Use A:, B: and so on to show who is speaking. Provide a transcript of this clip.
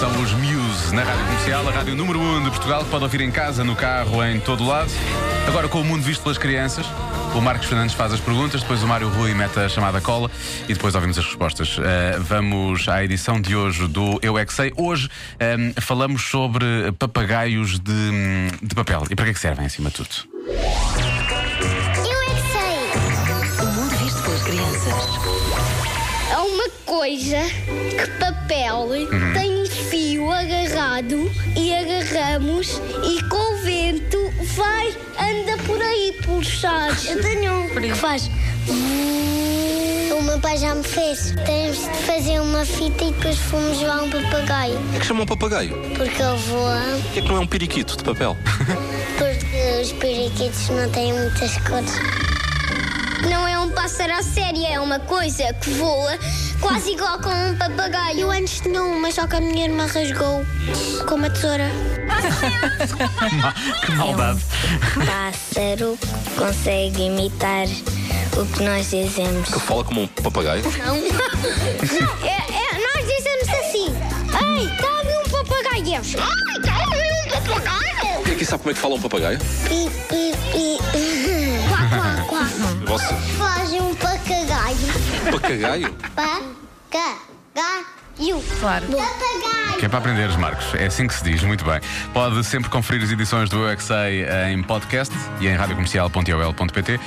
A: São os Muse na Rádio Comercial, a Rádio número 1 de Portugal, que pode ouvir em casa, no carro, em todo o lado. Agora com o mundo visto pelas crianças, o Marcos Fernandes faz as perguntas, depois o Mário Rui mete a chamada cola e depois ouvimos as respostas. Eh, vamos à edição de hoje do Eu É Que Sei. Hoje ehm, falamos sobre papagaios de, hum, de papel e para que é que servem, acima de tudo.
B: Eu é que sei!
C: O mundo visto pelas crianças.
B: É uma coisa que papel tem um fio agarrado e agarramos e com o vento vai, anda por aí, pulsar. Eu tenho um que faz. O meu pai já me fez. Temos de fazer uma fita e depois fomos lá um papagaio.
D: É que chamam papagaio.
B: Porque eu vou
D: Porquê é que não é um periquito de papel?
B: Porque os periquitos não têm muitas cores. Não é um pássaro a sério, é uma coisa que voa quase igual com um papagaio. Eu antes tinha uma, só que a minha irmã rasgou com uma tesoura.
A: Que maldade!
B: Pássaro consegue imitar o que nós dizemos.
D: Que fala como um papagaio.
B: Não. Não, é, é, nós dizemos assim. Ei, está a ouvir um papagaio? Ai, está a ouvir um papagaio?
D: Quem é que sabe como é que fala um papagaio?
B: Pi, pi, pi. Quá, quá, quá.
D: Você.
B: Faz um papagaio.
D: Papagaio?
B: Papagaio.
C: Claro.
B: Papagaio.
A: Que é para aprenderes, Marcos. É assim que se diz, muito bem. Pode sempre conferir as edições do Eu é Que Sei em podcast e em radiocomercial.ol.pt